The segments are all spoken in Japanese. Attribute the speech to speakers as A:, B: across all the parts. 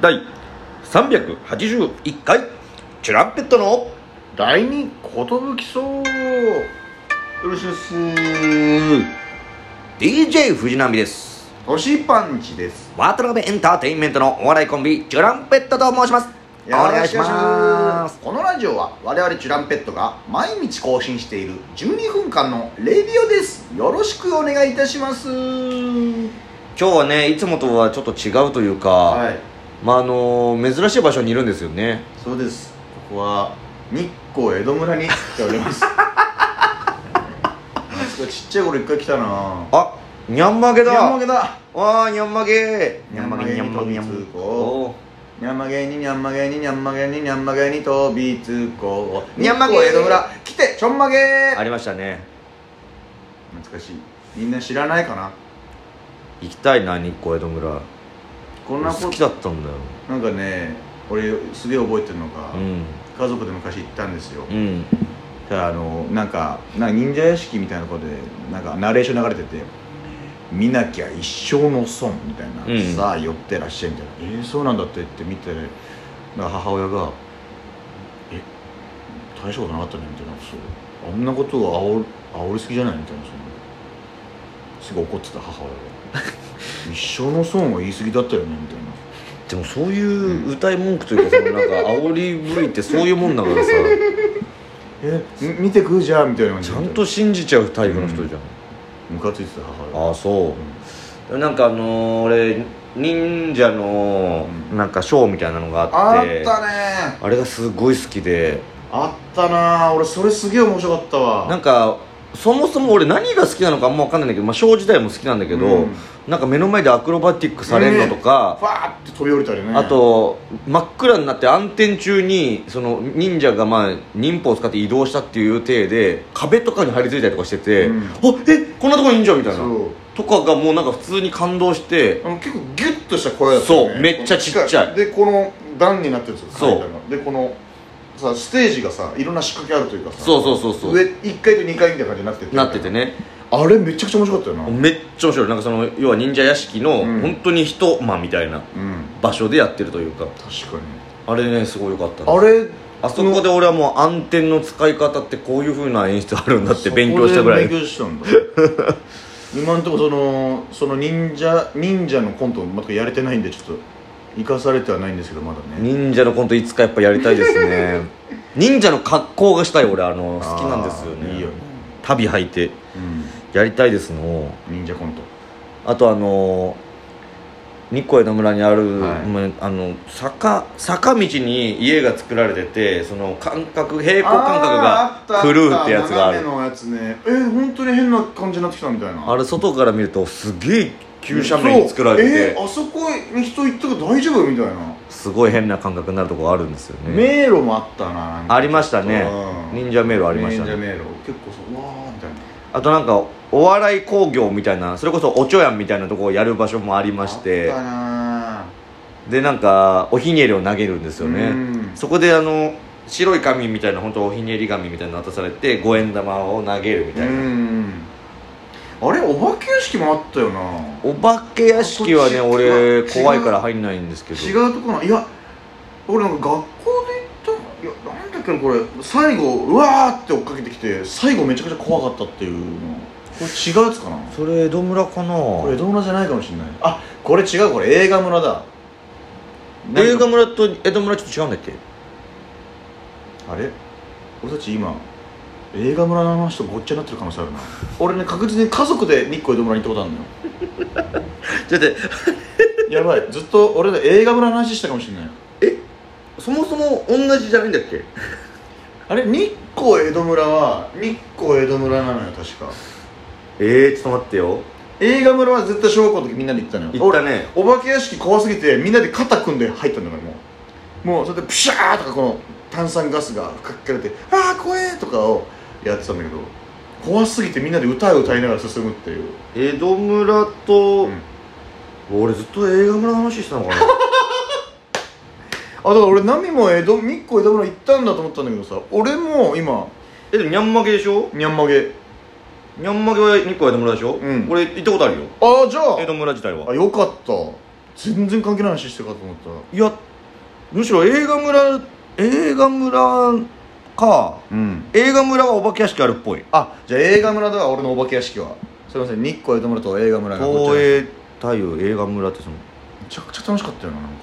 A: 第381回チュランペットの
B: 第二寿そうよろしくです
A: DJ 藤波です
B: 推しパンチです
A: 渡辺エンターテインメントのお笑いコンビチュランペットと申しますお願いします
B: このラジオは我々チュランペットが毎日更新している12分間のレディオですよろしくお願いいたします
A: 今日はねいつもとはちょっと違うというか、
B: はい
A: まああの珍しい場所にいるんですよね
B: そうですここは日光江戸村に来ております なんかちっちゃい頃一回来たな
A: あにゃんまげだ
B: ニャンマゲだ
A: わあにゃんまげ
B: にゃんまげに
A: にゃんまげ
B: 飛びつこにゃんまげににゃんまげににゃんまげににゃんまげに飛びつこう
A: にゃんまげ
B: 日光江戸村来てちょんまげ
A: おーありましたね
B: 懐かしいみんな知らないかな
A: 行きたいな日光江戸村
B: こんなこ
A: 好きだったんだよ
B: なんかね俺すげえ覚えてるのが、
A: うん
B: 家族で昔行ったんですよ
A: うん
B: ただあのなんかなんか忍者屋敷みたいなとこでなんかナレーション流れてて「見なきゃ一生の損」みたいな「
A: うん
B: さあ寄ってらっしゃい」みたいな「えー、そうなんだ」って言って見てなんか母親が「え大したことなかったね」みたいなそうあんなことをあおりすぎじゃないみたいなそのすごい怒ってた母親が 「一生の損は言い過ぎだったよね」みたいな。
A: でもそういう歌い文句というかそのなんか煽りぶいってそういうもんだからさ
B: えみ見てくじゃあみたいな感じ
A: ち
B: で
A: ゃんと信じちゃうタイプの人じゃん、
B: ムカついてた母
A: あ
B: 親
A: あそう、なんかあのー、俺忍者の
B: うん
A: なんかショーみたいなのがあ
B: あ
A: っ
B: ってたね
A: あれがすごい好きで
B: あったな俺それすげえ面白かったわ
A: なんかそもそも俺何が好きなのかあんま分かんないんだけど、まあ、ショー自体も好きなんだけど、
B: うん
A: なんか目の前でアクロバティックされるのとか、
B: ファーって飛び降りたりね
A: あと真っ暗になって暗転中にその忍者がまあ忍法を使って移動したっていう体で壁とかに張り付いたりとかしてて、
B: うん
A: あえこんなとこにいんじゃんみたいな
B: そう
A: とかがもうなんか普通に感動して
B: あの結構ギュッとした声だったよね
A: そうめっちゃちっちゃい
B: でこの段になってるんですよ
A: そう
B: 階段がでこのさステージがさいろんな仕掛けあるというかさ
A: そうそうそうそう
B: 上1階と2階みたいな感じになってて
A: なっててね
B: あれめちゃくちゃ面白かったよなうん
A: めっちゃ面白いなんかその要は忍者屋敷の
B: うん
A: 本当に一間みたいな場所でやってるというか
B: 確かに
A: あれねすごい良かったね
B: あれ
A: あそこで俺はもう暗転の使い方ってこういう風な演出あるんだって
B: そこで
A: 勉強したぐらい
B: 勉強したんだ 今んとこそのその忍者忍者のコント全くやれてないんでちょっと生かされてはないんですけどまだね
A: 忍者のコントいつかやっぱやりたいですね 忍者の格好がしたい俺あの好きなんですよ
B: あー
A: ね
B: いいよね、
A: 旅履いて
B: う
A: やりたいですの
B: ん、忍者コント
A: あとあの日光江戸村にある、
B: はい
A: まあの坂坂道に家が作られててその間隔平行間隔が狂うってやつがある
B: あーあったあった斜めのやつねえ本当に変な感じになってきたみたいな
A: あれ外から見るとすげえ急斜面に作られて
B: そうえ
A: て、
B: ーあそこに人行ったけど大丈夫みたいな、
A: すごい変な感覚になるとこがあるんですよね
B: 迷路もあったななんか
A: ありましたね
B: うん
A: 忍者迷路ありました
B: 忍者
A: ね
B: 迷路結構そううわーみたいな
A: あとなんかお笑い興行みたいなそれこそおちょやんみたいなとこをやる場所もありまして
B: あったな
A: でなんかおひねりを投げるんですよ
B: う
A: ね
B: ん
A: そこであの白い紙みたいな本当おひねり紙みたいなの渡されて五円玉を投げるみ
B: う
A: たいな、
B: んあれお化け屋敷もあったよな
A: お化け屋敷はね
B: あこっち
A: 俺
B: 違う
A: 怖いから入んないんですけど
B: 違うところないや俺なんか学校で行ったいやなんだっけなこれ最後うわーって追っかけてきて最後めちゃくちゃ怖かったっていうのこれ違うやつかな
A: それ江戸村かな
B: これ江戸村じゃないかもしれないあこれ違うこれ映画村だなんか
A: 映画村と江戸村ちょっと違うんだっけ
B: あれ俺たち今映画村の話とごっちゃになってる可能性あるな俺ね確実に家族で日光江戸村に行ったことあ るのよ
A: だって
B: やばいずっと俺で映画村の話したかもしれない
A: そもそも同じじゃないんだっけ
B: あれ日光江戸村は日光江戸村なのよ確か
A: ええー、ちょっと待ってよ
B: 映画村は絶対小学校の時みんなで行ったのよ
A: 行ったね
B: 俺お化け屋敷怖すぎてみんなで肩組んで入ったんだからもうもうそれでプシャーとかこの炭酸ガスがかけられて「ああ怖え!」とかをやってたんだけど怖すぎてみんなで歌を歌いながら進むっていう、
A: 江戸村と、
B: うん
A: 俺ずっと映画村の話してたのかな
B: あだから俺ナミも江戸日光江戸村行ったんだと思ったんだけどさ俺も今
A: えでもにゃんまげでしょ
B: にゃんまげ
A: にゃんまげは日光江戸村でしょ、
B: うん
A: 俺行ったことあるよ
B: ああじゃ
A: 江戸村自体
B: ああ
A: は
B: よかった全然関係ない話してるかと思ったら
A: いやむしろ映画村映画村か
B: うん
A: 映画村はお化け屋敷あるっぽい
B: あじゃあ映画村では俺のお化け屋敷はすいません日光江戸村と映画村がこ
A: 東
B: ちらめ
A: 映太陽映画村ってその
B: ちゃくちゃ楽しかったよななんか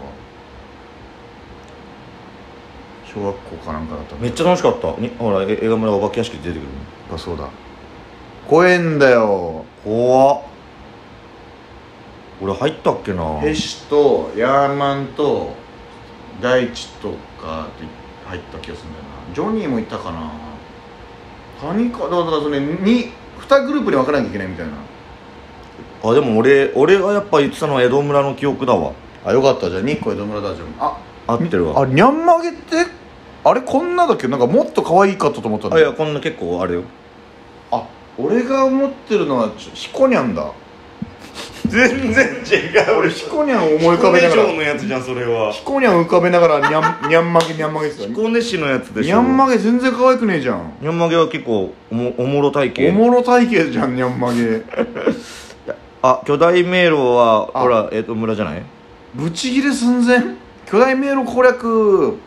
B: 小学校かなんかだったんだ
A: めっちゃ楽しかったにほらえ映画村お化け屋敷って出てくる
B: あそうだ怖えんだよ
A: 怖っ俺入ったっけな
B: ヘシとヤーマンと大地とかで入った気がするんだよなジョニーもいたかな谷川だからそれに2グループに分からなきゃいけないみたいな
A: あでも俺俺がやっぱ言ってたのは江戸村の記憶だわ
B: あよかったじゃあ日光江戸村ダジョンあ
A: 合ってるわ
B: あにゃんまげってあれこんなだっけなんかもっと可愛いかったと思ったん
A: あ
B: だ
A: いやこんな結構あれよ
B: あ俺が思ってるのはちょひこにゃんだ
A: 全然違
B: 俺ひこにゃんを思い浮かべながら
A: やつじゃんそれは
B: ひこにゃん浮かべながらにゃんにゃんまげにゃんまげって言って
A: 彦根市のやつ
B: た
A: でしょ
B: にゃんまげ全然可愛くねえじゃん
A: にゃんまげは結構おもおもろ体
B: お
A: 型
B: もろ体型じゃんにゃんまげ
A: あ巨大迷路は
B: あ
A: ほら江戸村じゃない
B: ブチギレ寸前巨大迷路攻略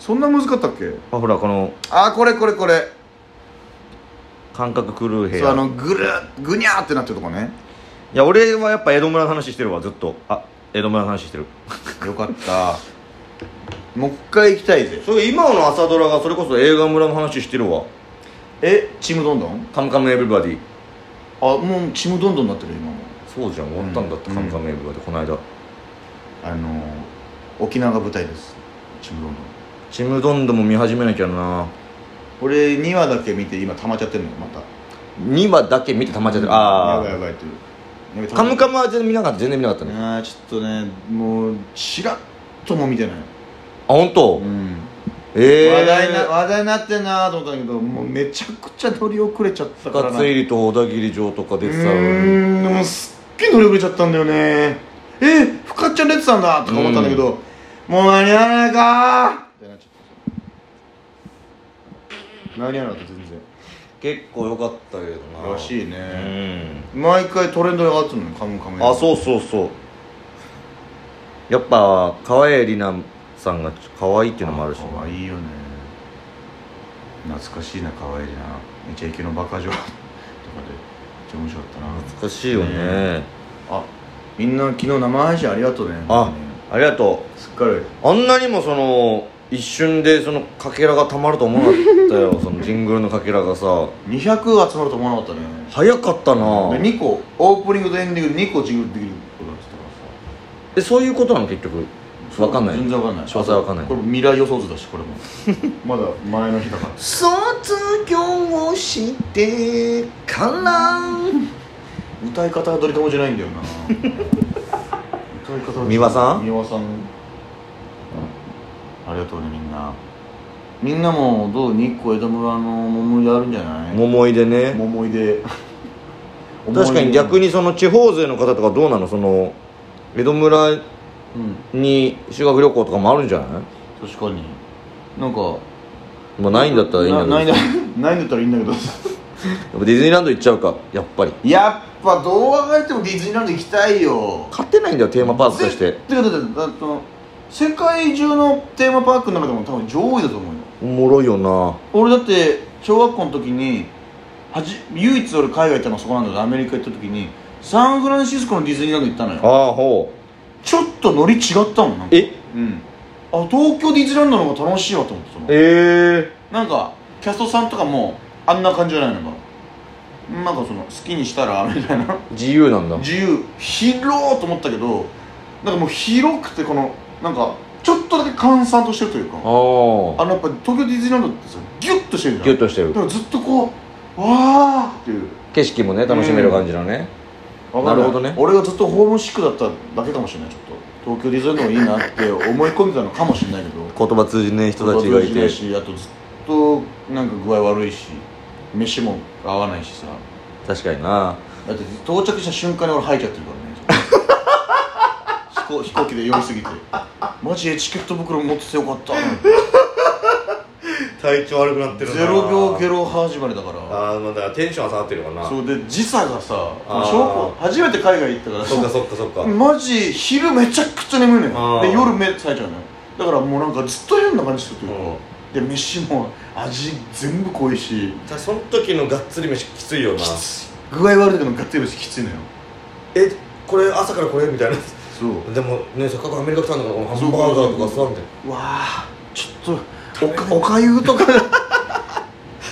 B: そんな難かったっけ
A: あほらこの
B: あこれこれこれ
A: 感覚狂う部
B: そうあ
A: 屋
B: のぐるっぐにゃーってなってるとこね
A: いや俺はやっぱ江戸村の話してるわずっとあ江戸村の話してる
B: よかったもう一回行きたいぜ
A: それ今の朝ドラがそれこそ映画村の話してるわ
B: えチームどんどん
A: 「カムカムエヴリバディ
B: あもうチームどんどんになってる今も」
A: そうじゃん終わったんだって「
B: うん
A: カムカムエヴリバディ」この間
B: あのー沖縄が舞台ですチームどんどん
A: 「ちむどんどん」も見始めなきゃな
B: 俺2話だけ見て今溜まっちゃってるのよまた
A: 2話だけ見てたまっちゃってる
B: やばい
A: あ
B: やばいっていうやばい
A: あ
B: 溜
A: カムカ
B: まっちゃっ
A: ムは全然見なかった全然見なかった
B: てる
A: ね
B: あーちょっとねもうちらっとも見てない
A: あ本当
B: うん
A: ええ
B: 話題な話題になってんなと思ったんだけどもうめちゃくちゃ乗り遅れちゃったから
A: 深
B: な
A: 津
B: う
A: 入りと小田切城とか出てたのに
B: ーんでもすっげえ乗り遅れちゃったんだよねえふかっちゃん出てたんだとか思ったんだけど、もう間に合わないかーってなっちゃった間に合わなかった全然
A: 結構良かったけどな
B: らしいうね、
A: ん
B: 毎回トレンドに上がってるのにカムカム
A: あそううそうそうやっぱ川栄里奈さんが可愛いっていうのもあるし
B: 可愛いよね懐かしいな可愛いなめちゃイケのバカ女とかでめっちゃ面白かったな
A: 懐かしいよね
B: ねあみんな昨日生配信ありがとうね
A: あありがと
B: すっかり
A: うあんなにもその一瞬でそのかけらがたまると思わなかったよ そのジングルのかけらがさ
B: 200集まると思わなかったね
A: 早かったな
B: で2個オープニングとエンディング2個ジングルできることだってたから
A: えそういうことなの結局
B: さ
A: 分かんない
B: 全然わかんない
A: 詳細わかんない
B: これ未来予想図だしこれもまだ前の日だから
A: 卒業してから
B: 歌い方はどれともじゃないんだよな歌い方は
A: 美輪さん
B: 美輪さんありがとうねみんなみんなもどう日光江戸村の桃であるんじゃない
A: 思い出ね
B: 桃井 で
A: 確かに逆
B: に、
A: にその地方勢の方とかどうなのその江戸村
B: うん、
A: に修学旅行とかもあるんじゃない
B: 確かになんか
A: まあないんだったらいいんだけど
B: なないんだ
A: や
B: ないんだったらいいんだけど
A: っ ぱディズニーランド行っちゃうかやっぱり
B: やっぱどう考えてもディズニーランド行きたいよ
A: 勝てないんだよテーマパークとして
B: てかだってだってその世界中のテーマパークの中でも多分上位だと思うよ
A: おもろいよな
B: 俺だって小学校の時にはじ唯一俺海外行ったのはそこなんだけどアメリカ行った時にサンフランシスコのディズニーランド行ったのよ
A: ああほう
B: ちょっとノリ違ったもんなんか
A: え
B: うんあ東京ディズニーランドの方が楽しいわと思ってたの
A: え
B: なんかキャストさんとかもあんな感じじゃないのかなんかその好きにしたら みたいな
A: え自由なんだ
B: 自由広ーと思ったけどなんかもう広くてこのなんかちょっとだけ閑散としてるというかあ
A: ああ
B: のやっぱ東京ディズニーランドってさギュッとしてるじゃん
A: ギュッとしてる
B: だからずっとこうわーっていう
A: 景色もね楽しめる感じのね
B: わかんい
A: なるほどね
B: 俺がずっとホームシックだっただけかもしれないちょっと東京ディズニーランドがいいなって思い込んでたのかもしれないけど
A: 言葉通じねえ人たちがい
B: だ
A: て
B: しあとずっとなんか具合悪いし飯も合わないしさ
A: 確かにな
B: だって到着した瞬間に俺吐いちゃってるからね飛行 飛行機で酔いすぎてマジエチケット袋持っててよかった
C: 体調悪くなってるな
B: ゼロ秒ゲロ始まりだから
C: あーまあだからテンションは下がってるかな
B: そうで時差がさ
C: あー
B: 小学校初めて海外行ったから
C: そっかそっかそっか
B: マジ昼めちゃくちゃ眠いの
C: あ
B: よ
C: ー
B: で夜目冴えちゃうのよだからもうなんかずっと変な感じするという
C: うん
B: かで飯も味全部濃いし
C: じゃあその時のがっつり飯きついよな
B: きつい具合悪い時のガッテリ飯きついのよ
C: えこれ朝からこれみたいな
B: そう
C: でもねせっかくアメリカ来たんだからこのハンバーガーとかさみたいな
B: うわあちょっとおかおかゆと か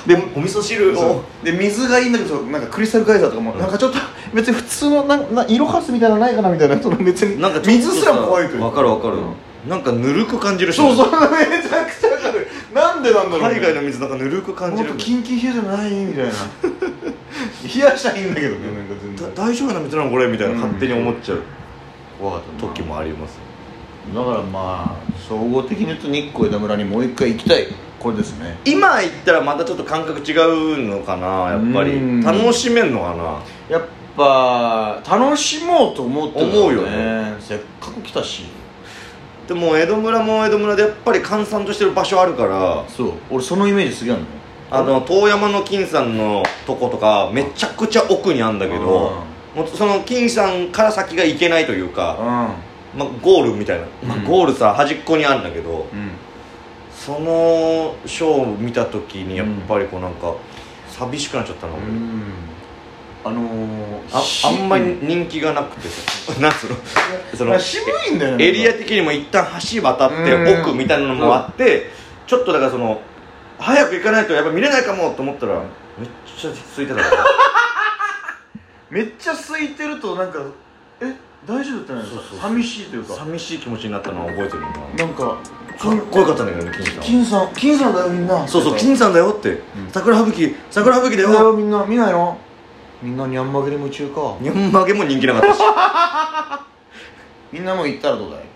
B: で
C: お味噌汁
B: そ
C: を
B: うで水がいいんだけどなんかクリスタルガイザーとかも、
C: うん
B: なんかちょっと別に普通のなんな色はすみたいなのないかなみたいなその別に
A: なんかちょっとさ
B: 水すらも怖いという
A: わかるわかる、
B: うん
A: なんかぬるく感じるし
B: そうそうめちゃくちゃわかるなんでなんだろうね
A: 海外の水なんかぬるく感
B: も
A: じ
B: っ
A: る
B: とキンキン冷えてないみ たいな冷やしたらいいんだけどねなんか全
A: だ
B: 然
A: 大丈夫な水なのこれみたいな、
B: うん
A: 勝手に思っちゃう
B: 怖かったな
A: 時もあります
B: だからまあ総合的に言うと日光枝村にもう一回行きたいこれですね
A: 今行ったらまたちょっと感覚違うのかなやっぱ
B: うん
A: り楽しめんのかな
B: やっぱ楽しもうと思ってる
A: 思うよ
B: ねせっかく来たし
A: でも江戸村も江戸村でやっぱり閑散としてる場所あるから
B: そう俺そのイメージすげえあるの
A: あの遠山の金さんのとことかめちゃくちゃ奥にあんだけどもうその金さんから先が行けないというか、
B: う
A: まあ、ゴールみたいな、まあ
B: うん
A: ゴールさ端っこにあんだけど
B: んうん
A: そのショーを見た時にやっぱりこうなんか寂しくなっちゃったな、俺
B: うんあの
A: あ
B: ー、
A: あんまり人気がなくてさ なんつうのその
B: 渋いんだよね
A: エリア的にも一旦橋渡って
B: うん
A: 奥みたいなのもあってちょっとだからその早く行かないとやっぱ見れないかもと思ったらめっちゃ空いてたから
B: めっちゃ空いてるとなんかえ大丈夫ってないです
A: そう
B: か
A: そうそう
B: 寂しいというか
A: 寂しい気持ちになったのは覚えてるな
B: なんか
A: かっこよかったんだけどね金
B: 金さん金さんだよみんな
A: さんそうそう
B: 金
A: 金さんだよって
B: ん
A: 桜吹雪桜吹雪だ
B: だよ
A: よ
B: みんな見ないのみんなにゃんまげに夢中か
A: 日本曲げも人気なかったし
B: みんなも行ったらどうだい